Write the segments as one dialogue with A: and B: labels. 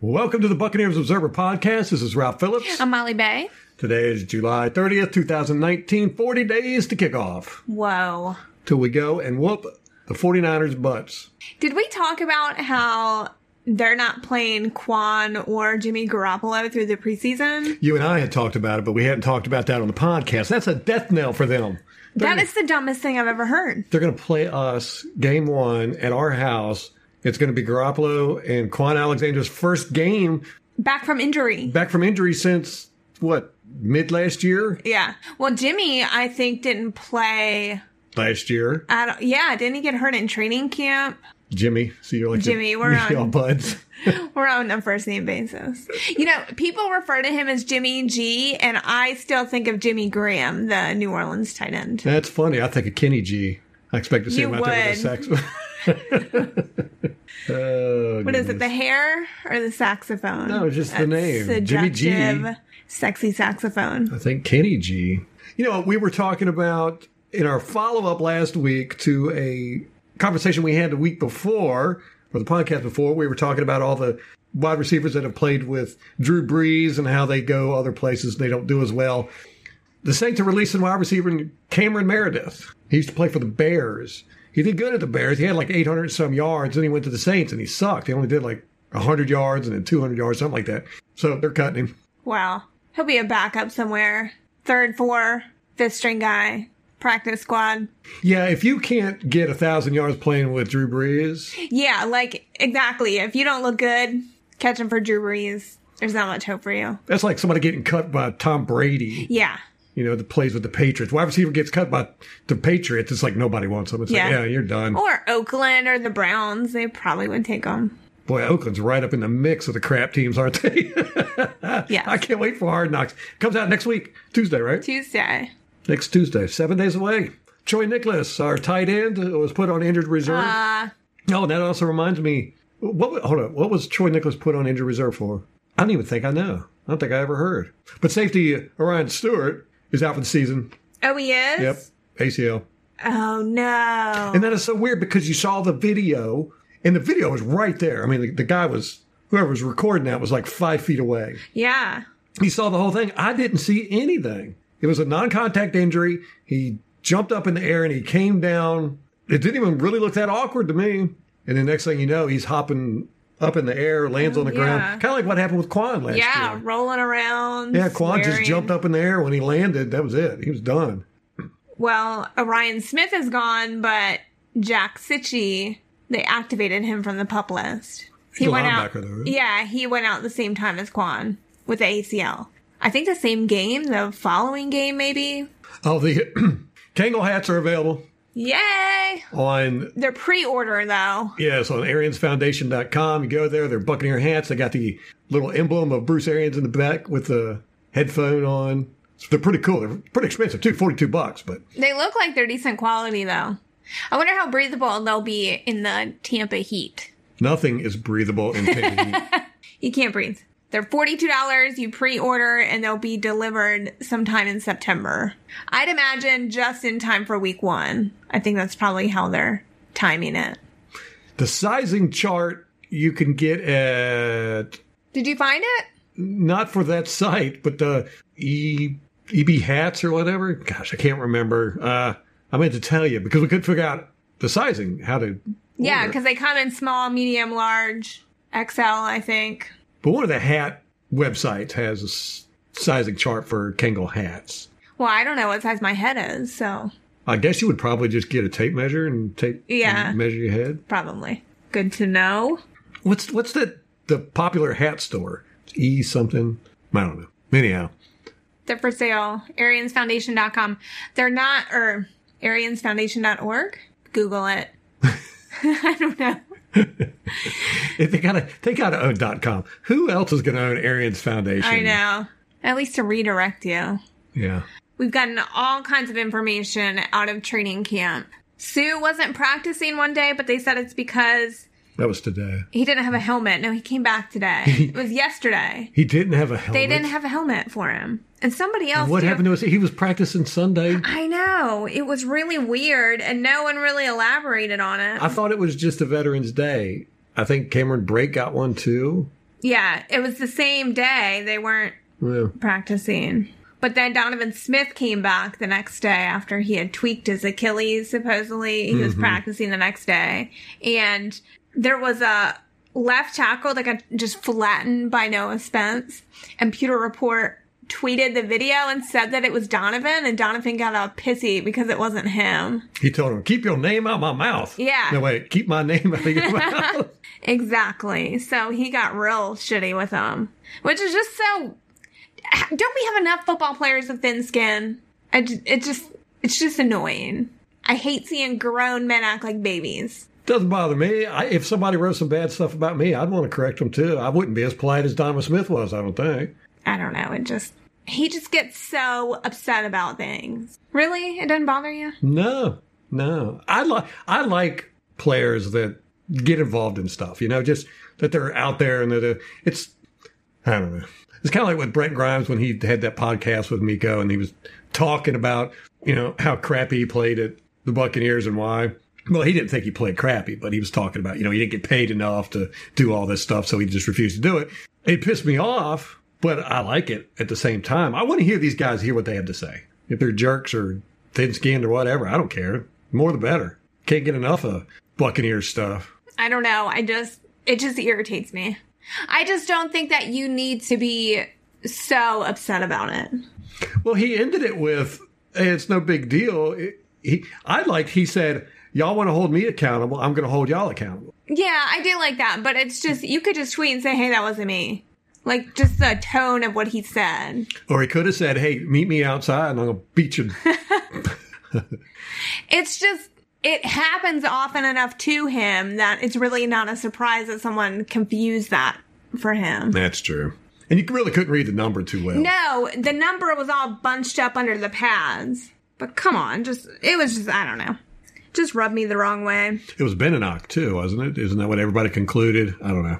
A: Welcome to the Buccaneers Observer Podcast. This is Ralph Phillips.
B: I'm Molly Bay.
A: Today is July 30th, 2019, 40 days to kick off
B: Whoa.
A: till we go and whoop the 49ers' butts.
B: Did we talk about how they're not playing Quan or Jimmy Garoppolo through the preseason?
A: You and I had talked about it, but we hadn't talked about that on the podcast. That's a death knell for them. They're
B: That
A: gonna-
B: is the dumbest thing I've ever heard.
A: They're going to play us game one at our house. It's going to be Garoppolo and Quan Alexander's first game
B: Back from injury.
A: back from injury since what mid last year?
B: Yeah. Well, Jimmy, I think, didn't play.
A: Last year,
B: I don't, yeah, didn't he get hurt in training camp?
A: Jimmy. So you're like
B: Jimmy, we're on-
A: all buds.
B: We're on a first name basis. You know, people refer to him as Jimmy G, and I still think of Jimmy Graham, the New Orleans tight end.
A: That's funny. I think of Kenny G. I expect to see
B: You
A: him out there with a sax. oh,
B: What is it, the hair or the saxophone?
A: No, just the name. Jimmy G.
B: seductive, Sexy saxophone.
A: I think Kenny G. You know, we were talking about in our follow up last week to a conversation we had the week before, or the podcast before, we were talking about all the wide receivers that have played with Drew Brees and how they go other places they don't do as well. The Saints are releasing wide receiver Cameron Meredith. He used to play for the Bears. He did good at the Bears. He had like 800 and some yards. Then he went to the Saints and he sucked. He only did like 100 yards and then 200 yards, something like that. So they're cutting him.
B: Wow. He'll be a backup somewhere. Third, four, fifth string guy, practice squad.
A: Yeah, if you can't get a thousand yards playing with Drew Brees,
B: Yeah, like exactly. If you don't look good, catching for Drew Brees, there's not much hope for you.
A: that's like somebody getting cut by Tom Brady.
B: Yeah.
A: You know, that plays with the Patriots. Wide receiver gets cut by the Patriots. It's like nobody wants him. It's
B: Yeah.
A: like, yeah, you're done.
B: Or Oakland or the Browns, they probably would take him.
A: Boy, Oakland's right up in the mix of the crap teams, aren't they?
B: Yeah.
A: I can't wait for Hard Knocks. Comes out next week, Tuesday, right?
B: Tuesday.
A: Next Tuesday, seven days away. Troy Nicholas, our tight end, was put on injured reserve.
B: Uh,
A: oh, that also reminds me. What? wa- Hold on. What was Troy Nicholas put on injured reserve for? I don't even think I know. I don't think I ever heard. But safety uh, Orion Stewart is out for the season.
B: oh, he is?
A: Yep, ACL.
B: Oh, no.
A: And that is so weird because you saw the video, and the video was right there. I mean, the, the guy was whoever was recording that was like five feet away.
B: yeah.
A: He saw the whole thing. I didn't see anything. It was a non-contact injury. He jumped up in the air and he came down. It didn't even really look that awkward to me. And the next thing you know, he's hopping up in the air, lands on the
B: Oh, yeah.
A: ground, kind of like what happened with Quan last
B: Yeah,
A: year.
B: rolling around.
A: Yeah, Quan just
B: swearing.
A: jumped up in the air when he landed. That was it. He was done.
B: Well, Orion Smith is gone, but Jack Sitchy, they activated him from the pup list. He
A: He's a
B: went out.
A: linebacker, though, right?
B: Yeah, he went out the same time as Quan with the ACL. I think the same game, the following game, maybe.
A: Oh, the Kangle hats are available
B: Yay!
A: on
B: They're pre-order though.
A: Yes, on ariansfoundation.com. You go there, they're Buccaneer hats. They got the little emblem of Bruce Arians in the back with the headphone on. So they're pretty cool. They're pretty expensive too, 42 bucks, but
B: They look like they're decent quality though. I wonder how breathable they'll be in the Tampa heat.
A: nothing is breathable in Tampa. heat.
B: You can't breathe. They're $42. You pre order and they'll be delivered sometime in September. I'd imagine just in time for week one. I think that's probably how they're timing it.
A: the sizing chart you can get at
B: Did you find it?
A: not for that site, but the E EB hats or whatever. Gosh, I can't remember. Uh, I meant to tell you because we couldn't figure out the sizing, how to
B: Yeah, because they come in small, medium, large, XL, I think.
A: But one of the hat websites has a s- sizing chart for Kangol hats.
B: Well, I don't know what size my head is, so
A: I guess you would probably just get a tape measure and tape
B: Yeah.
A: and measure your head.
B: probably. Good to know.
A: What's what's that the popular hat store? It's E something. I don't know. Anyhow,
B: They're for sale. AriansFoundation.com. They're not, or AriansFoundation.org? Google it. I don't know.
A: if they gotta they gotta own dot com. Who else is gonna own Arian's Foundation?
B: I know. At least to redirect you.
A: Yeah.
B: We've gotten all kinds of information out of training camp. Sue wasn't practicing one day, but they said it's because
A: That was today.
B: he didn't have a helmet. No, he came back today. it was yesterday.
A: He didn't have a helmet.
B: They didn't have a helmet for him. And somebody else.
A: what
B: too.
A: happened to us? He was practicing Sunday.
B: I know. It was really weird, and no one really elaborated on it.
A: I thought it was just a Veterans Day. I think Cameron Brake got one too.
B: Yeah, it was the same day. They weren't
A: Yeah.
B: practicing. But then Donovan Smith came back the next day after he had tweaked his Achilles, supposedly. He was practicing the next day. And there was a left tackle that got just flattened by Noah Spence. And Pewter Report tweeted the video and said that it was Donovan. And Donovan got all pissy because it wasn't him.
A: He told him, keep your name out my mouth.
B: Yeah.
A: No, wait, keep my name out of your mouth.
B: Exactly. So he got real shitty with them, which is just so. Don't we have enough football players with thin skin? I ju- it just it's just annoying. I hate seeing grown men act like babies.
A: Doesn't bother me. I, if somebody wrote some bad stuff about me, I'd want to correct them too. I wouldn't be as polite as Donovan Smith was, I don't think.
B: I don't know. It just he just gets so upset about things. Really, it doesn't bother you?
A: No, no. I like I like players that get involved in stuff. You know, just that they're out there and that uh, it's I don't know. It's kind of like with Brent Grimes when he had that podcast with Miko and he was talking about you know how crappy he played at the Buccaneers and why. Well, he didn't think he played crappy, but he was talking about you know he didn't get paid enough to do all this stuff, so he just refused to do it. It pissed me off, but I like it at the same time. I want to hear these guys hear what they have to say. If they're jerks or thin skinned or whatever, I don't care. More the better. Can't get enough of Buccaneers stuff.
B: I don't know. I just it just irritates me. I just don't think that you need to be so upset about it.
A: Well, he ended it with, "Hey, "It's no big deal." It- he, I liked. He said, "Y'all want to hold me accountable? I'm going to hold y'all accountable."
B: Yeah, I do like that, but it's just you could just tweet and say, "Hey, that wasn't me." Like just the tone of what he said.
A: Or he could have said, "Hey, meet me outside, and I'm going to beat you."
B: It's just it happens often enough to him that it's really not a surprise that someone confused that for him.
A: That's true. And you really couldn't read the number too well.
B: No, the number was all bunched up under the pads. But come on, just it was just I don't know. Just rubbed me the wrong way.
A: It was Beninock too, wasn't it? Isn't that what everybody concluded? I don't know.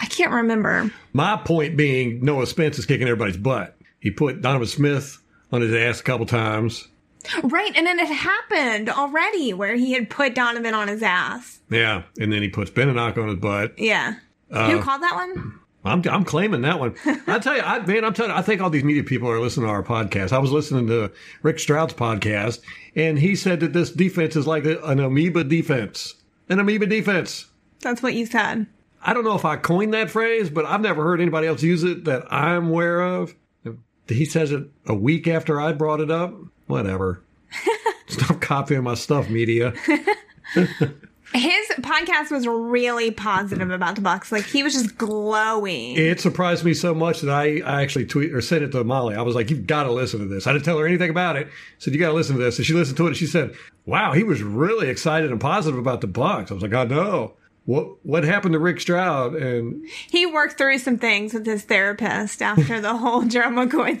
B: I can't remember.
A: My point being, Noah Spence is kicking everybody's butt. He put Donovan Smith on his ass a couple times.
B: Right, and then it happened already where he had put Donovan on his ass.
A: Yeah, and then he puts Beninock on his butt.
B: Yeah. Who called that one?
A: I'm, I'm claiming that one. I tell you, I, man, I'm telling you, I think all these media people are listening to our podcast. I was listening to Rick Stroud's podcast, and he said that this defense is like an amoeba defense. An amoeba defense.
B: That's what you said.
A: I don't know if I coined that phrase, but I've never heard anybody else use it that I'm aware of. He says it a week after I brought it up. Whatever. Stop copying my stuff, media.
B: His podcast was really positive about the Bucks. Like he was just glowing.
A: It surprised me so much that I, I actually tweet or sent it to Molly. I was like, "You've got to listen to this." I didn't tell her anything about it. I said, "You got to listen to this." And she listened to it. and She said, "Wow, he was really excited and positive about the Bucks." I was like, "I know what what happened to Rick Stroud." And
B: he worked through some things with his therapist after the whole Joe McCoy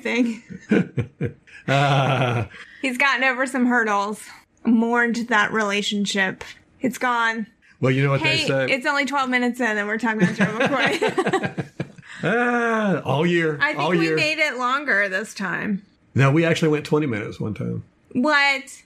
B: thing.
A: uh,
B: He's gotten over some hurdles, mourned that relationship. It's gone.
A: well, you know what
B: Hey,
A: they say
B: it's only 12 minutes in and we're talking about Joe McCoy.
A: Ah, all year,
B: I think
A: all
B: we
A: year.
B: made it longer this time.
A: no, we actually went twenty minutes one time.
B: What?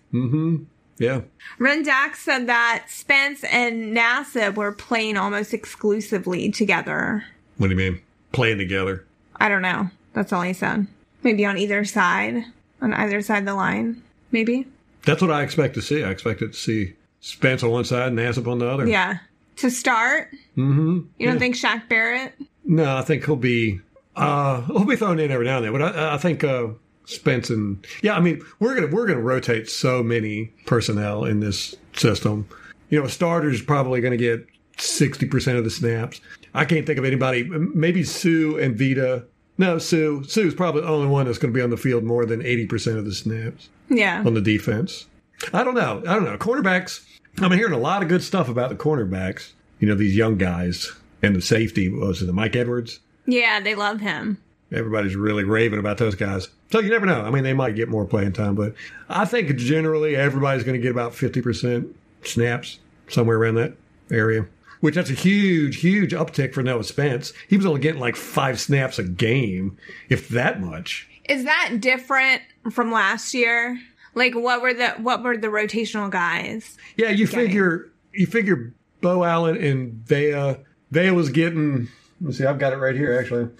A: Yeah,
B: Rendak said that Spence and Nassib were playing almost exclusively together.
A: what do you mean playing together?
B: I don't know. That's all he said. Maybe on either side, on either side of the line. Maybe.
A: That's what I expect to see. I expected to see Spence on one side and Nassib on the other.
B: Yeah. To start,
A: Mm-hmm.
B: you don't
A: Yeah.
B: think Shaq Barrett?
A: No, I think he'll be uh, he'll be thrown in every now and then. But I, I think uh, Spence and yeah, I mean we're gonna we're gonna rotate so many personnel in this system. You know, a starter's probably gonna get sixty percent of the snaps. I can't think of anybody. Maybe Sue and Vita. No, Sue. Sue's probably the only one that's going to be on the field more than eighty percent of the snaps
B: Yeah.
A: on the defense. I don't know. I don't know. Cornerbacks. I'm hearing a lot of good stuff about the cornerbacks. You know, these young guys and the safety what was it the Mike Edwards.
B: Yeah, they love him.
A: Everybody's really raving about those guys. So you never know. I mean, they might get more playing time, but I think generally everybody's going to get about 50% snaps, somewhere around that area, which that's a huge, huge uptick for Noah Spence. He was only getting like five snaps a game, if that much.
B: Is that different from last year? Like what were the what were the rotational guys?
A: Yeah, you figure you figure Bo Allen and Vea. Vea was getting Let me see, I've got it right here actually.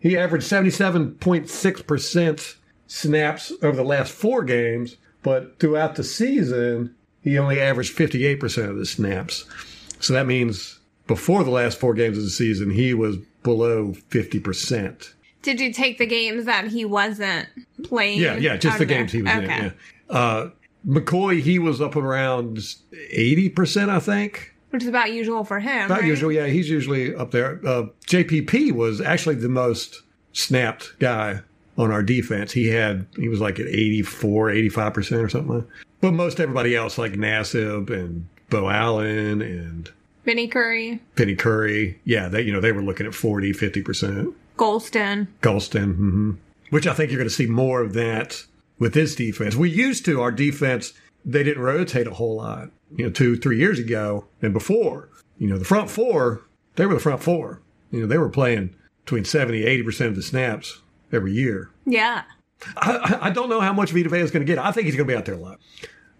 A: He averaged 77.6% snaps over the last four games, but throughout the season, he only averaged 58% of the snaps. So that means before the last four games of the season, he was below 50%.
B: Did you take the games that he wasn't playing?
A: Yeah, yeah, just
B: out
A: the
B: of there?
A: games he was in.
B: Okay.
A: Yeah. Uh, McCoy, he was up around 80%, I think.
B: Which is about usual for him.
A: Not
B: right?
A: usually, yeah. He's usually up there. Uh, JPP was actually the most snapped guy on our defense. He had, he was like at 84, 85% or something. Like that. But most everybody else, like Nassib and Bo Allen and
B: Vinny Curry,
A: Penny Curry, yeah, they, you know, they were looking at 40, 50%.
B: Golston.
A: Gulston, hmm which I think you're going to see more of that with this defense. We used to, our defense, they didn't rotate a whole lot, you know, two, three years ago and before. You know, the front four, they were the front four. You know, they were playing between 70, 80% of the snaps every year.
B: Yeah.
A: I, I- I don't know how much Vita Vea is going to get. I think he's going to be out there a lot.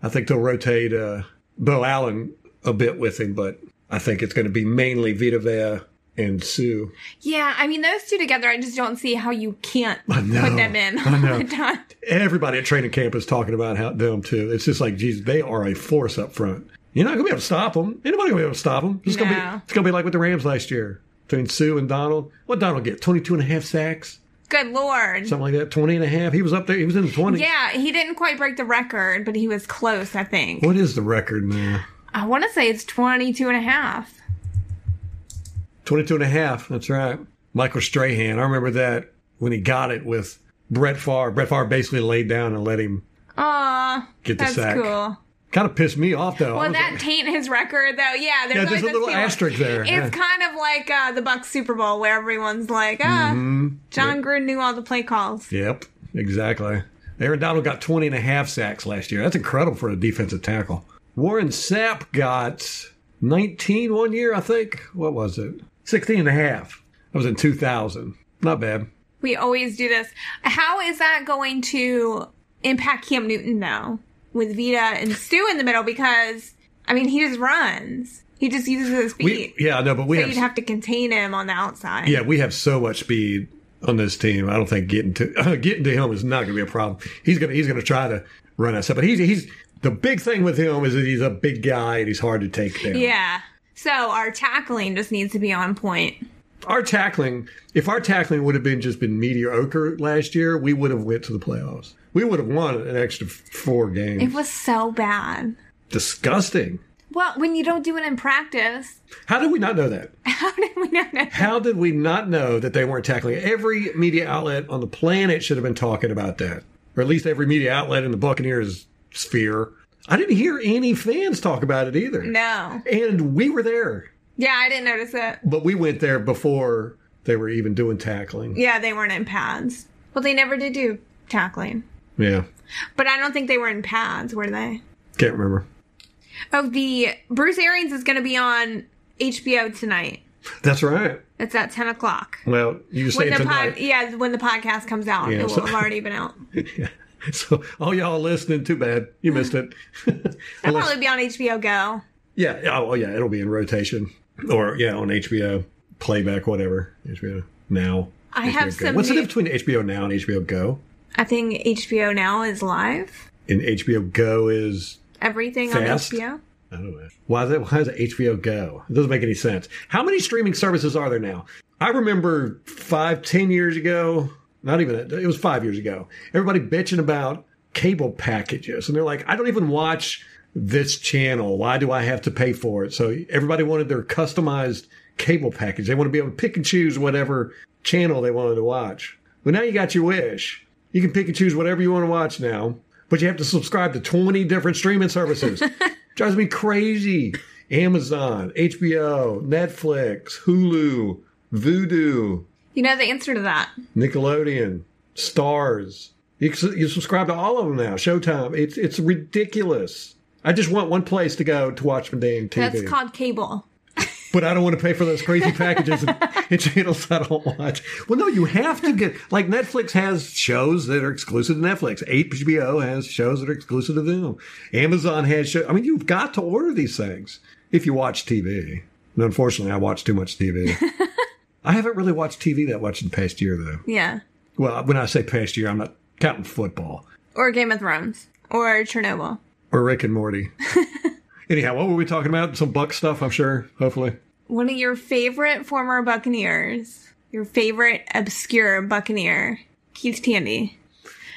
A: I think they'll rotate uh, Bo Allen a bit with him, but I think it's going to be mainly Vita Vea and Sue.
B: Yeah, I mean, those two together, I just don't see how you can't
A: know.
B: put them in.
A: I know.
B: all the time.
A: everybody at training camp is talking about how them too. It's just like, geez, they are a force up front. You're not gonna be able to stop them. Anybody gonna be able to stop them? It's gonna
B: No.
A: be it's gonna be like with the Rams last year between Sue and Donald. What Donald get? 22 and a half sacks,
B: Good Lord.
A: something like that. 20 and a half. He was up there. He was in the 20s.
B: yeah, he didn't quite break the record, but he was close, I think.
A: What is the record now?
B: I want to say it's 22 and a half.
A: 22 and a half. That's right. Michael Strahan. I remember that when he got it with Brett Favre. Brett Favre basically laid down and let him.
B: Aw,
A: Get the
B: that's
A: sack.
B: cool.
A: Kind of pissed me off though. I
B: Well,
A: was
B: that
A: like-
B: taint his record, though. Yeah, there's,
A: yeah,
B: always
A: there's a
B: those
A: little
B: people-
A: asterisk there.
B: It's
A: Yeah.
B: kind of like uh, the Bucks Super Bowl, where everyone's like, ah,
A: Mm-hmm.
B: John Gruden knew all the play calls.
A: Yep, exactly. Aaron Donald got 20 and a half sacks last year. That's incredible for a defensive tackle. Warren Sapp got 19 one year, I think. What was it? 16 and a half. That was in 2000. Not bad.
B: We always do this. How is that going to impact Cam Newton though, with Vita and Stu in the middle? Because I mean, he just runs. He just uses his
A: We,
B: feet.
A: yeah, I know, but we
B: so
A: have,
B: you'd have to contain him on the outside.
A: yeah, we have so much speed on this team. I don't think getting to getting to him is not going to be a problem. He's going to he's going to try to run us up, but he's he's the big thing with him is that he's a big guy and he's hard to take down.
B: Yeah. So our tackling just needs to be on point.
A: our tackling if our tackling would have been just been mediocre last year we would have went to the playoffs we would have won an extra f- four games
B: It was so bad.
A: disgusting
B: Well, when you don't do it in practice,
A: how did we not know that
B: how did we not know?
A: how did we not know that they weren't tackling every media outlet on the planet should have been talking about that or at least every media outlet in the buccaneers sphere i didn't hear any fans talk about it either
B: No.
A: and we were there
B: Yeah, I didn't notice it.
A: but we went there before they were even doing tackling
B: Yeah, they weren't in pads. Well, they never did do tackling.
A: yeah
B: But I don't think they were in pads, were they?
A: can't remember
B: Oh, the Bruce Arians is going to be on HBO tonight.
A: that's right
B: It's at ten o'clock.
A: Well, you say
B: When
A: it
B: the
A: tonight.
B: pod, yeah, when the podcast comes out,
A: Yeah,
B: it will
A: so-
B: have already been out.
A: so all y'all listening, too bad you missed it.
B: It'll
A: Unless-
B: probably be on HBO Go.
A: yeah, yeah, oh yeah, it'll be in rotation or yeah on HBO playback, whatever HBO now.
B: I
A: HBO
B: have
A: Go.
B: some
A: What's the
B: new-
A: difference between HBO now and HBO Go?
B: I think HBO Now is live.
A: And HBO Go is
B: Everything
A: Fast.
B: on HBO.
A: I don't know. Why is it? Why is it HBO Go? It doesn't make any sense. How many streaming services are there now? I remember five, ten years ago. Not even. It was five years ago. Everybody bitching about cable packages, and they're like, I don't even watch this channel. Why do I have to pay for it? So everybody wanted their customized cable package. They want to be able to pick and choose whatever channel they wanted to watch. Well, now you got your wish. You can pick and choose whatever you want to watch now, but you have to subscribe to 20 different streaming services. Drives me crazy. Amazon, HBO, Netflix, Hulu, Voodoo,
B: You know the answer to that.
A: Nickelodeon, Stars. You, su- you subscribe to all of them now. Showtime. It's it's ridiculous. I just want one place to go to watch my damn TV.
B: That's called cable.
A: but I don't want to pay for those crazy packages and, and channels I don't watch. Well, no, you have to get like Netflix has shows that are exclusive to Netflix. HBO has shows that are exclusive to them. Amazon has shows. I mean, you've got to order these things if you watch TV. And unfortunately, I watch too much TV. I haven't really watched TV that much in the past year, though.
B: Yeah.
A: Well, when I say past year, I'm not counting football
B: Or Game of Thrones. Or Chernobyl.
A: or Rick and Morty. Anyhow, what were we talking about? Some Buck stuff, I'm sure. Hopefully.
B: One of your favorite former Buccaneers. Your favorite obscure Buccaneer. Keith Candy.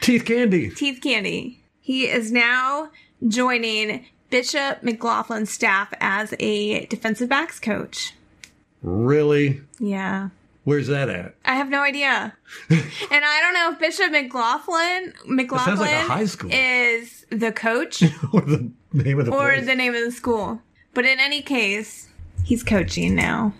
A: Teeth candy.
B: Teeth Candy. He is now joining Bishop McLaughlin's staff as a defensive backs coach.
A: Really?
B: Yeah.
A: Where's that at?
B: I have no idea. and I don't know if Bishop McLaughlin McLaughlin
A: high school.
B: is the coach
A: or the name of the
B: or
A: place?
B: the name of the school. But in any case, he's coaching now.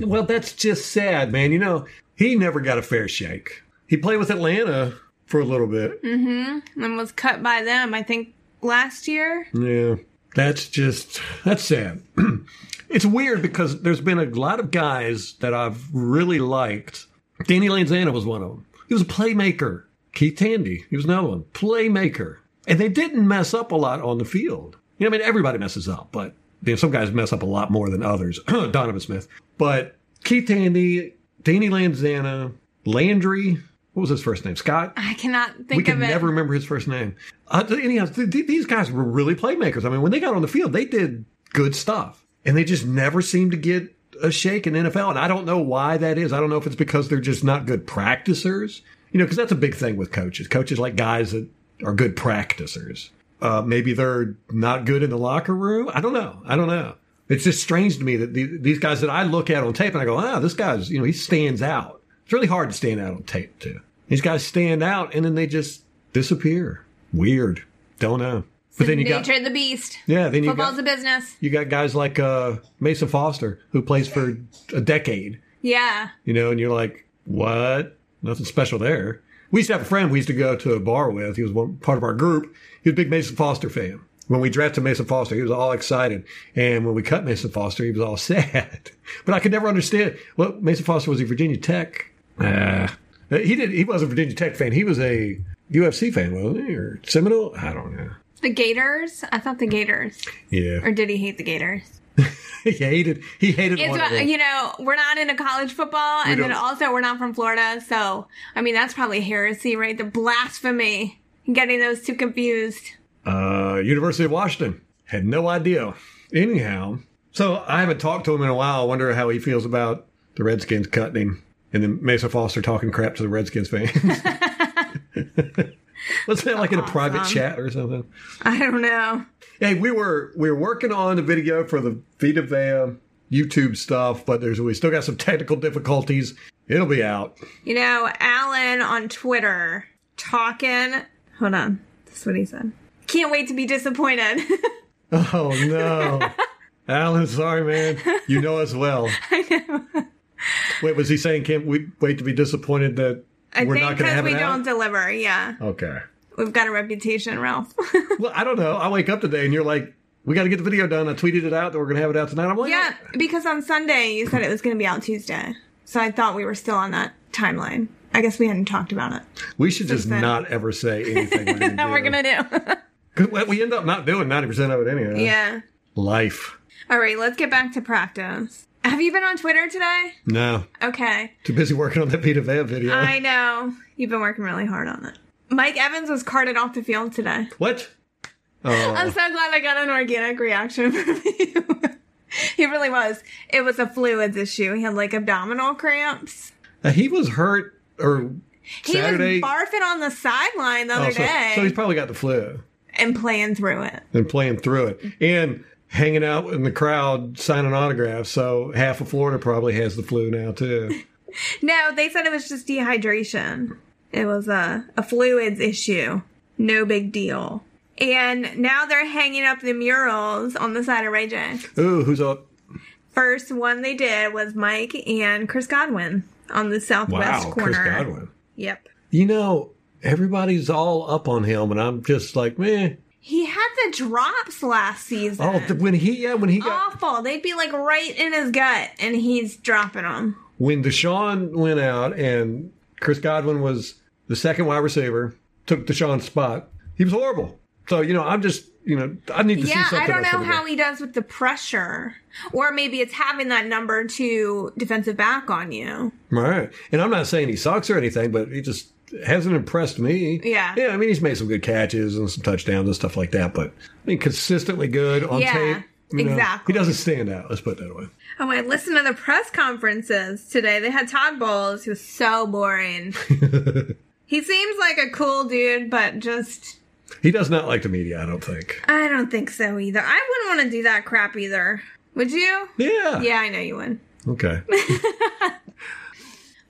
A: Well, that's just sad, man. You know, he never got a fair shake. He played with Atlanta for a little bit.
B: And was cut by them, I think, last year.
A: Yeah, that's just that's sad. it's weird because there's been a lot of guys that I've really liked. Danny Lanzana was one of them. He was a playmaker. Keith Tandy, he was another one. Playmaker. And they didn't mess up a lot on the field. You know, I mean, everybody messes up, but you know, some guys mess up a lot more than others. Donovan Smith. But Keith Tandy, Danny Lanzana, Landry, what was his first name? Scott?
B: I cannot think
A: we
B: of
A: can
B: it.
A: never remember his first name. Uh, th- anyhow, th- th- these guys were really playmakers. I mean, when they got on the field, they did good stuff, and they just never seemed to get a shake in NFL. And I don't know why that is. I don't know if it's because they're just not good practicers. You know, because that's a big thing with coaches. Coaches like guys that are good practicers. Uh, maybe they're not good in the locker room. I don't know. I don't know. It's just strange to me that the, these guys that I look at on tape and I go, ah, this guy's, you know, he stands out. It's really hard to stand out on tape, too. These guys stand out and then they just disappear. Weird. Don't know. But then you
B: nature
A: got,
B: of the beast.
A: yeah, then you
B: Football's
A: got,
B: a business.
A: you got guys like uh, Mason Foster who plays for a decade
B: Yeah.
A: you know, and you're like, what? Nothing special there. We used to have a friend we used to go to a bar with. He was one part of our group. He was a big Mason Foster fan. When we drafted Mason Foster, he was all excited. And when we cut Mason Foster, he was all sad. But I could never understand. Well, Mason Foster was a Virginia Tech. Uh, he did. He was a Virginia Tech fan. He was a UFC fan, wasn't he? Or Seminole? I don't know.
B: The Gators? I thought the Gators.
A: Yeah.
B: Or did he hate the Gators?
A: he hated. He hated
B: It's
A: one of
B: what-
A: them.
B: you know, we're not into college football, and then
A: don't.
B: also we're not from Florida, so I mean that's probably heresy, right? The blasphemy, getting those two confused.
A: uh, University of Washington. Had no idea. Anyhow, so I haven't talked to him in a while. I wonder how he feels about the Redskins cutting him and then Mesa Foster talking crap to the Redskins fans. Let's say like in a private
B: Awesome.
A: chat or something.
B: I don't know.
A: Hey, we were we were working on the video for the Vita Vea YouTube stuff, but there's we still got some technical difficulties. It'll be out.
B: You know, Alan on Twitter talking. Hold on, that's what he said. Can't wait to be disappointed.
A: Oh no. Alan, sorry man. You know us well.
B: I know.
A: Wait, was he saying can't we wait to be disappointed that
B: I
A: we're
B: think
A: not going to
B: because
A: have
B: we
A: it
B: don't
A: out?
B: deliver. Yeah,
A: Okay.
B: we've got a reputation, Ralph.
A: Well, I don't know. I wake up today and you're like, we got to get the video done. I tweeted it out that we're going to have it out tonight. I'm like,
B: yeah, because on Sunday you said it was going to be out Tuesday, so I thought we were still on that timeline. I guess we hadn't talked about it.
A: we should just
B: then.
A: not ever say anything.
B: that we're gonna do.
A: 'Cause what we end up not doing 90% of it anyhow.
B: yeah.
A: Life.
B: All right, let's get back to practice. Have you been on Twitter today?
A: No.
B: Okay.
A: Too busy working on that Peter Van video.
B: I know. You've been working really hard on it. Mike Evans was carted off the field today.
A: what?
B: I'm
A: Oh,
B: so glad I got an organic reaction from you. he really was. It was a fluids issue. He had like abdominal cramps.
A: Uh, he was hurt or Saturday.
B: He was barfing on the sideline the other
A: oh, so,
B: day
A: so he's probably got the flu
B: and playing through it.
A: and playing through it
B: Mm-hmm.
A: and hanging out in the crowd signing autographs. So half of Florida probably has the flu now too.
B: No, they said it was just dehydration. It was a, a fluids issue. No big deal. And now they're hanging up the murals on the side of Ray J.
A: Ooh, who's up?
B: First one they did was Mike and Chris Godwin on the southwest
A: Wow,
B: corner.
A: Chris Godwin.
B: Yep.
A: You know, everybody's all up on him, and I'm just like, man.
B: He had the drops last season.
A: Oh, th- when he yeah, when he got
B: Awful. They'd be like right in his gut, and he's dropping them.
A: when Deshaun went out and Chris Godwin was the second wide receiver, took Deshaun's spot. He was horrible. So you know, I'm just you know, I need to see
B: Yeah,
A: something.
B: I don't
A: else
B: know
A: over
B: how
A: there.
B: he does with the pressure. Or maybe it's having that number two defensive back on you.
A: All right. And I'm not saying he sucks or anything, but he just hasn't impressed me.
B: Yeah.
A: Yeah, I mean, he's made some good catches and some touchdowns and stuff like that, but I mean, consistently good on
B: Yeah,
A: tape. you know.
B: exactly.
A: He doesn't stand out. Let's put it that way.
B: Oh, I listened to the press conferences today. They had Todd Bowles. He was so boring. he seems like a cool dude, but just,
A: He does not like the media, I don't think.
B: I don't think so either. I wouldn't want to do that crap either. Would you?
A: Yeah.
B: Yeah, I know you would.
A: Okay.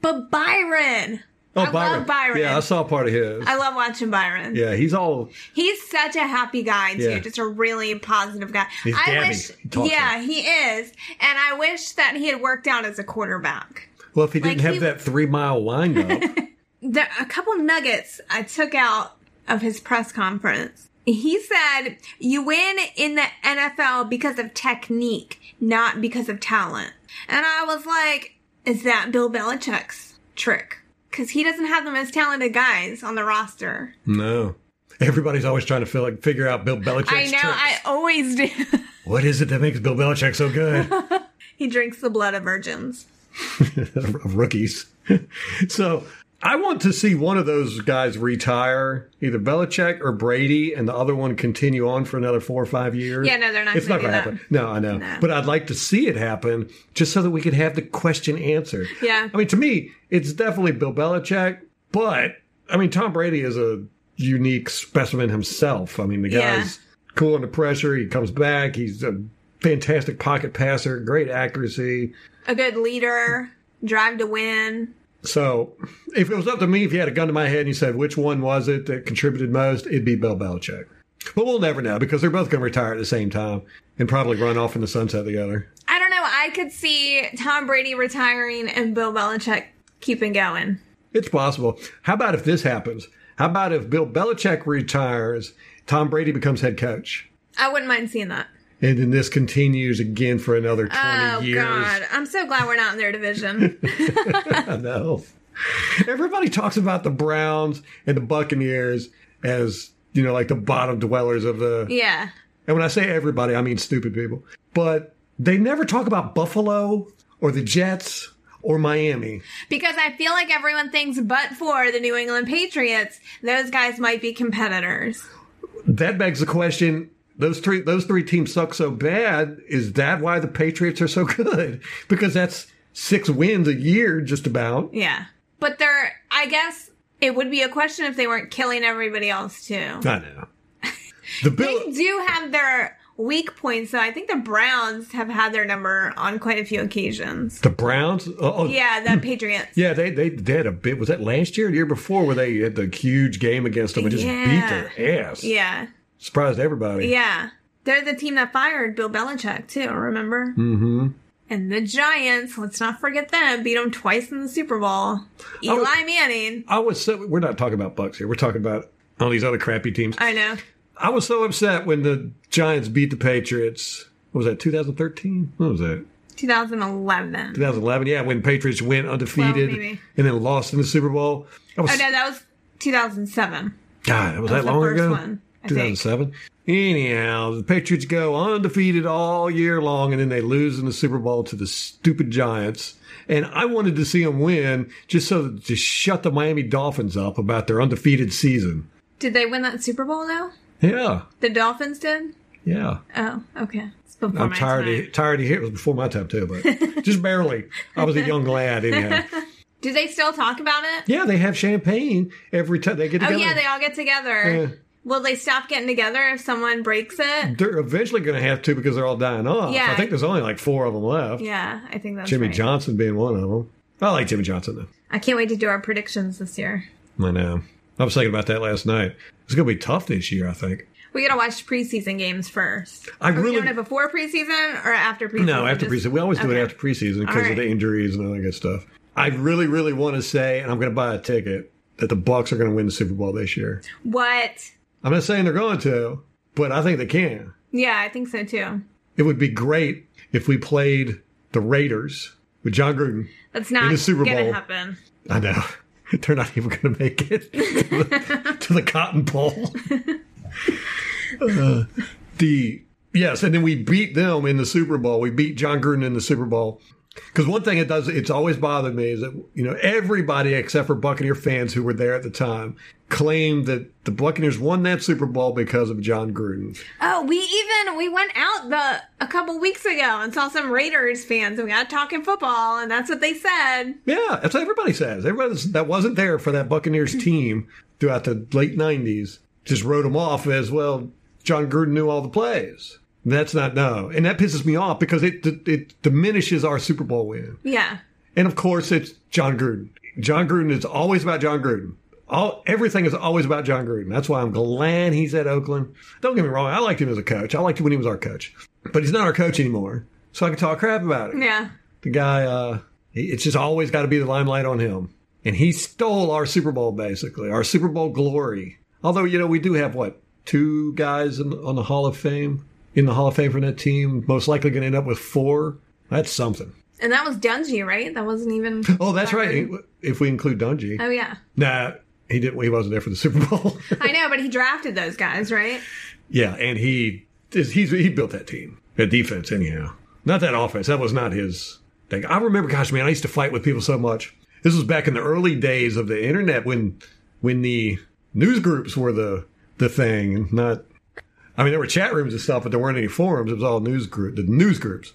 B: But Byron.
A: Oh,
B: I
A: Byron.
B: love Byron.
A: Yeah, I saw part of his.
B: I love watching Byron.
A: yeah, he's all
B: He's such a happy guy too,
A: Yeah.
B: just a really positive guy.
A: He's
B: I
A: Gabby.
B: wish,
A: He talks
B: yeah,
A: like-
B: he is, and I wish that he had worked out as a quarterback.
A: well. If he didn't
B: Like,
A: have
B: he-
A: that three mile windup,
B: There, a couple nuggets I took out of his press conference. He said, "You win in the NFL because of technique, not because of talent." And I was like, "Is that Bill Belichick's trick?" Because he doesn't have the most talented guys on the roster.
A: no. Everybody's always trying to feel like, figure out Bill Belichick's
B: I know.
A: tricks.
B: I always do.
A: What is it that makes Bill Belichick so good?
B: He drinks the blood of virgins.
A: of rookies. so I want to see one of those guys retire, either Belichick or Brady, and the other one continue on for another four or five years.
B: Yeah, no, they're not
A: It's
B: gonna
A: not
B: do
A: going to
B: that.
A: happen. No, I know.
B: No.
A: But I'd like to see it happen just so that we could have the question answered.
B: Yeah.
A: I mean, to me, it's definitely Bill Belichick, but I mean, Tom Brady is a unique specimen himself. I mean, the
B: Yeah.
A: guy's cool under pressure. He comes back. He's a fantastic pocket passer, great accuracy.
B: A good leader, drive to win.
A: So, if it was up to me, if you had a gun to my head and you said which one was it that contributed most, it'd be Bill Belichick. But we'll never know because they're both going to retire at the same time and probably run off in the sunset together.
B: I don't know. I could see Tom Brady retiring and Bill Belichick keeping going.
A: It's possible. How about if this happens? How about if Bill Belichick retires, Tom Brady becomes head coach,
B: I wouldn't mind seeing that.
A: and then this continues again for another twenty
B: Oh
A: years?
B: God, I'm so glad we're not in their division.
A: I know. Everybody talks about the Browns and the Buccaneers as you know, like the bottom dwellers of the
B: yeah,
A: And when I say everybody, I mean stupid people. But they never talk about Buffalo or the Jets or Miami.
B: because I feel like everyone thinks, but for the New England Patriots, those guys might be competitors.
A: That begs the question. Those three, those three teams suck so bad. Is that why the Patriots are so good? Because that's six wins a year, just about.
B: Yeah, but they're. I guess it would be a question if they weren't killing everybody else too.
A: I know. The
B: they
A: Bill,
B: do have their weak points, so I think the Browns have had their number on quite a few occasions.
A: the Browns. Oh, oh,
B: Yeah, the Patriots.
A: yeah. They, they they had a bit. Was that last year, or the year before, where they had the huge game against them and just
B: Yeah.
A: beat their ass?
B: Yeah,
A: Surprised everybody.
B: yeah. They're the team that fired Bill Belichick too. Remember? Mm-hmm. And the Giants. Let's not forget them. Beat them twice in the Super Bowl. Eli
A: would-
B: Manning.
A: I was so we're not talking about Bucks here. We're talking about all these other crappy teams.
B: I know.
A: I was so upset when the Giants beat the Patriots. What was that? 2013? What was that?
B: 2011.
A: 2011? Yeah, when Patriots went undefeated
B: maybe.
A: and then lost in the Super Bowl. I was
B: Oh no, that was 2007.
A: God, was that,
B: was the
A: long
B: first
A: ago?
B: one, I think.
A: 2007. Anyhow, the Patriots go undefeated all year long, and then they lose in the Super Bowl to the stupid Giants. And I wanted to see them win just so that to shut the Miami Dolphins up about their undefeated season.
B: Did they win that Super Bowl though?
A: Yeah,
B: The Dolphins did.
A: yeah.
B: Oh, okay. It's before
A: I'm
B: my
A: tired
B: time.
A: of tired of hearing. It was before my time too, but just barely. I was a young lad anyhow.
B: Do they still talk about it?
A: Yeah, they have champagne every time they get
B: Oh
A: together.
B: yeah, they all get together.
A: Yeah. Mm.
B: Will they stop getting together if someone breaks it?
A: They're eventually going to have to because they're all dying off.
B: Yeah.
A: I think there's only like four of them left.
B: Yeah, I think that's
A: Jimmy
B: right.
A: Johnson being one of them. I like Jimmy Johnson
B: I can't wait to do our predictions this year.
A: though. I know. I was thinking about that last night. It's going to be tough this year. I think.
B: We gotta watch preseason games first.
A: I
B: Are we
A: really-
B: doing it before preseason or after preseason?
A: No, after
B: Just-
A: preseason. We always do
B: okay.
A: it after preseason because
B: right.
A: of the injuries and all that good stuff. I really, really want to say, and I'm going to buy a ticket that the Bucks are going to win the Super Bowl this year.
B: What?
A: I'm not saying they're going to, but I think they can.
B: Yeah, I think so too.
A: It would be great if we played the Raiders with John Gruden.
B: That's not
A: the Super
B: gonna
A: Bowl.
B: happen.
A: I know. They're not even going to make it to the, to the Cotton Bowl. Uh, the yes, and then we beat them in the Super Bowl. We beat John Gruden in the Super Bowl. Because one thing it does, it's always bothered me is that you know everybody except for Buccaneer fans who were there at the time claimed that the Buccaneers won that Super Bowl because of John Gruden.
B: Oh, we even we went out the a couple weeks ago and saw some Raiders fans and we got talking football and that's what they said.
A: Yeah, that's what everybody says. Everybody that's- that wasn't there for that Buccaneers team throughout the late '90s just wrote them off as well. John Gruden knew all the plays. That's not no, and that pisses me off because it it diminishes our Super Bowl win.
B: Yeah.
A: And of course, it's John Gruden. John Gruden is always about John Gruden. All everything is always about John Gruden. That's why I'm glad he's at Oakland. Don't get me wrong, I liked him as a coach. I liked him when he was our coach, but he's not our coach anymore. So I can talk crap about it.
B: Yeah.
A: The guy, uh, he- it's just always got to be the limelight on him. And he stole our Super Bowl basically, our Super Bowl glory. Although you know we do have what two guys in, on the Hall of Fame in the Hall of Fame from that team. Most likely going to end up with four. That's something.
B: And that was Dungy, right? That wasn't even
A: Oh, that's right. Uh, If we include Dungy,
B: Oh yeah.
A: nah, he didn't. He wasn't there for the Super Bowl.
B: I know, but he drafted those guys, right?
A: yeah, and he he's he built that team, that defense anyhow. Not that offense. That was not his thing. I remember, gosh, man, I used to fight with people so much. This was back in the early days of the internet when when the news groups were the the thing, and not. I mean, there were chat rooms and stuff, but there weren't any forums. It was all news group, the news groups.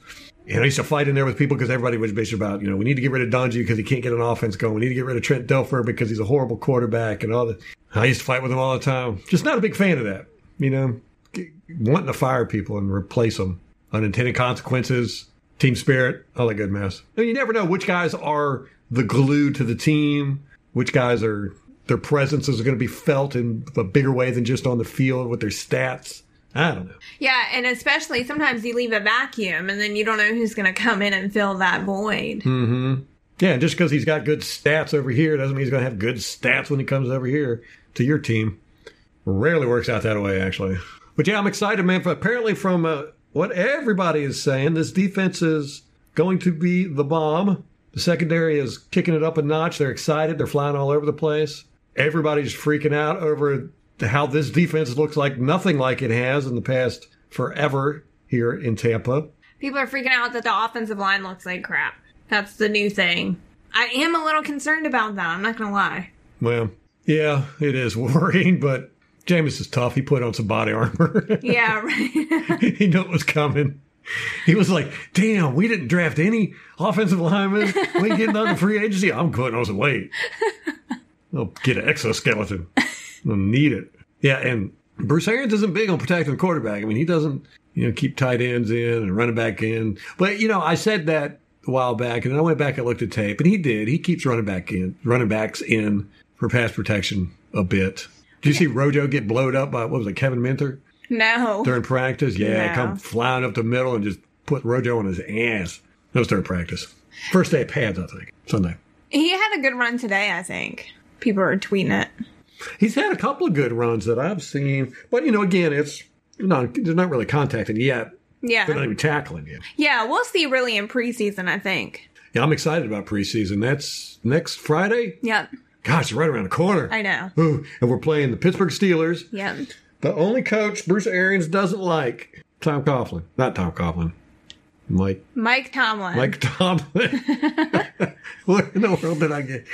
A: And I used to fight in there with people because everybody was bitching about, you know, we need to get rid of Donji because he can't get an offense going. We need to get rid of Trent Dilfer because he's a horrible quarterback and all that. I used to fight with him all the time. Just not a big fan of that, you know, g- wanting to fire people and replace them. Unintended consequences, team spirit, all that good mess. And you never know which guys are the glue to the team, which guys are their presence is going to be felt in a bigger way than just on the field with their stats. I don't know.
B: Yeah, and especially sometimes you leave a vacuum and then you don't know who's going to come in and fill that void.
A: Hmm. Yeah, and just because he's got good stats over here doesn't mean he's going to have good stats when he comes over here to your team. Rarely works out that way, actually. But yeah, I'm excited, man. For apparently, from uh, what everybody is saying, this defense is going to be the bomb. The secondary is kicking it up a notch. They're excited. They're flying all over the place. Everybody's freaking out over how this defense looks like nothing like it has in the past forever here in Tampa.
B: People are freaking out that the offensive line looks like crap. That's the new thing. I am a little concerned about that. I'm not going to lie.
A: Well, yeah, it is worrying, but Jameis is tough. He put on some body armor.
B: Yeah, right.
A: he knew it was coming. He was like, damn, we didn't draft any offensive linemen. We ain't getting on the free agency. I'm putting on some weight. I'll get an exoskeleton. I'll need it. Yeah, and Bruce Arians isn't big on protecting the quarterback. I mean, he doesn't, you know, keep tight ends in and running back in. But, you know, I said that a while back, and then I went back and looked at tape, and he did. He keeps running back in, running backs in for pass protection a bit. Did you see Rojo get blowed up by, what was it, Kevin Minter?
B: no.
A: during practice. Yeah,
B: No.
A: come flying up the middle and just put Rojo on his ass. That was during practice. First day of pads, I think, Sunday.
B: He had a good run today, I think. People are tweeting it.
A: He's had a couple of good runs that I've seen, but you know, again, it's not they're not really contacting yet. They're not
B: Yeah.
A: even tackling yet.
B: Yeah, we'll see really in preseason, I think.
A: Yeah, I'm excited about preseason. That's next Friday.
B: Yep.
A: Gosh, right around the corner.
B: I know.
A: Ooh, and we're playing the Pittsburgh Steelers.
B: Yep.
A: The only coach Bruce Arians doesn't like Tom Coughlin. Not Tom Coughlin. Mike
B: Mike Tomlin.
A: Mike Tomlin. what in the world did I get?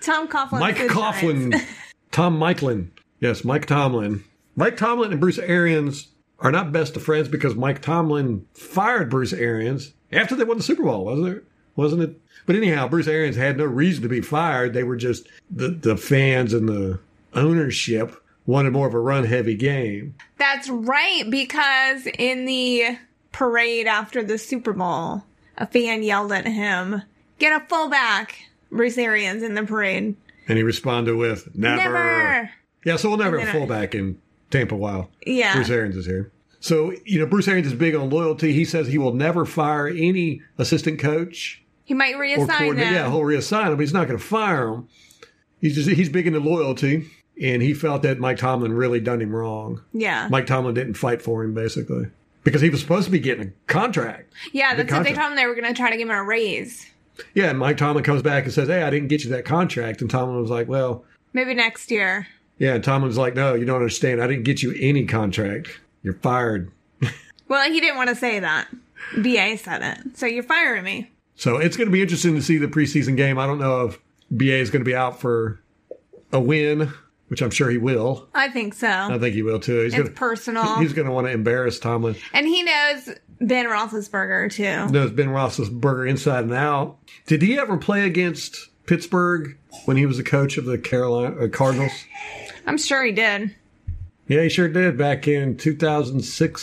B: Tom Coughlin.
A: Mike
B: is the Giants.
A: Coughlin. Tom Mikelin. Yes, Mike Tomlin. Mike Tomlin and Bruce Arians are not best of friends because Mike Tomlin fired Bruce Arians after they won the Super Bowl, wasn't it? Wasn't it? But anyhow, Bruce Arians had no reason to be fired. They were just the, the fans and the ownership wanted more of a run heavy game.
B: That's right, because in the parade after the Super Bowl, a fan yelled at him, Get a fullback, Bruce Arians in the parade.
A: And he responded with, never.
B: Never.
A: Yeah, so we'll never have
B: then
A: a
B: I-
A: fullback in Tampa Wild.
B: Yeah.
A: Bruce Arians is here. So, you know, Bruce Arians is big on loyalty. He says he will never fire any assistant coach
B: He might
A: or
B: reassign
A: coordinator.
B: them.
A: Yeah, he'll reassign him, but he's not going to fire him. He's just he's big into loyalty, and he felt that Mike Tomlin really done him wrong.
B: yeah.
A: Mike Tomlin didn't fight for him basically because he was supposed to be getting a contract.
B: yeah, that's what they
A: contract.
B: told him they were going to try to give him a raise.
A: Yeah, and Mike Tomlin comes back and says, "Hey, I didn't get you that contract," and Tomlin was like, "Well."
B: Maybe next year.
A: Yeah, and Tomlin's like, no, you don't understand. I didn't get you any contract. You're fired.
B: Well, he didn't want to say that. BA said it. So you're firing me.
A: So it's going to be interesting to see the preseason game. I don't know if BA is going to be out for a win, which I'm sure he will.
B: I think so.
A: I think he will too. He's
B: it's
A: going to,
B: personal.
A: he's going to want to embarrass Tomlin.
B: and he knows Ben Roethlisberger, too.
A: knows Ben Roethlisberger inside and out. Did he ever play against Pittsburgh when he was the coach of the Carolina uh, Cardinals?
B: I'm sure he did.
A: Yeah, he sure did back in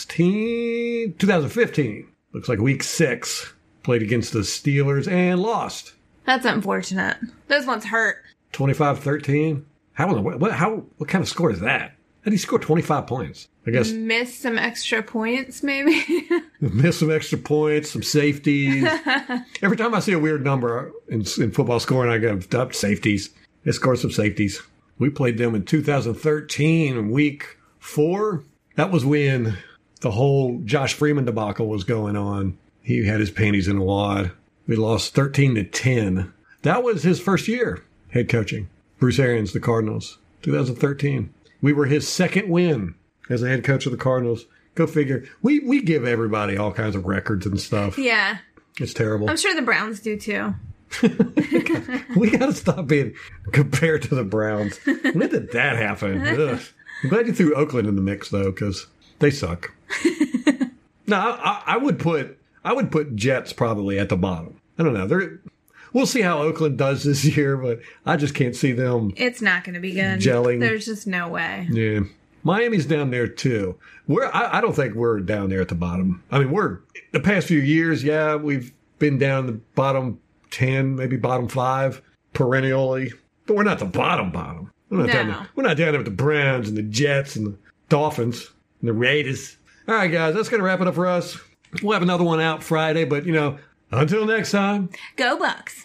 A: 2016, 2015. Looks like week six. Played against the Steelers and lost
B: That's unfortunate. Those ones hurt.
A: 25 13. How, in the wo- what, how, what kind of score is that? How do you score 25 points? I guess
B: Missed some extra points, maybe.
A: miss some extra points, some safeties. Every time I see a weird number in, in football scoring, I go, up safeties. They scored some safeties. We played them in 2013, in week four. That was when the whole Josh Freeman debacle was going on. He had his panties in a wad. We lost 13 to 10. That was his first year head coaching. Bruce Arians, the Cardinals, 2013. We were his second win as a head coach of the Cardinals. Go figure. We we give everybody all kinds of records and stuff.
B: yeah.
A: It's terrible.
B: I'm sure the Browns do, too.
A: We got to stop being compared to the Browns. when did that happen? Ugh. I'm glad you threw Oakland in the mix though, because they suck. no, I, I, I would put I would put Jets probably at the bottom. I don't know. They're, we'll see how Oakland does this year, but I just can't see them.
B: It's not going to be good.
A: Gelling.
B: There's just no way.
A: Yeah, Miami's down there too. We're I, I don't think we're down there at the bottom. I mean, we're the past few years. Yeah, we've been down the bottom ten, maybe bottom five perennially, but we're not the bottom bottom. We're not down.
B: No.
A: There. We're not down there with the Browns and the Jets and the Dolphins and the Raiders. All right, guys, that's gonna wrap it up for us. We'll have another one out Friday, but you know, until next time.
B: Go Bucks.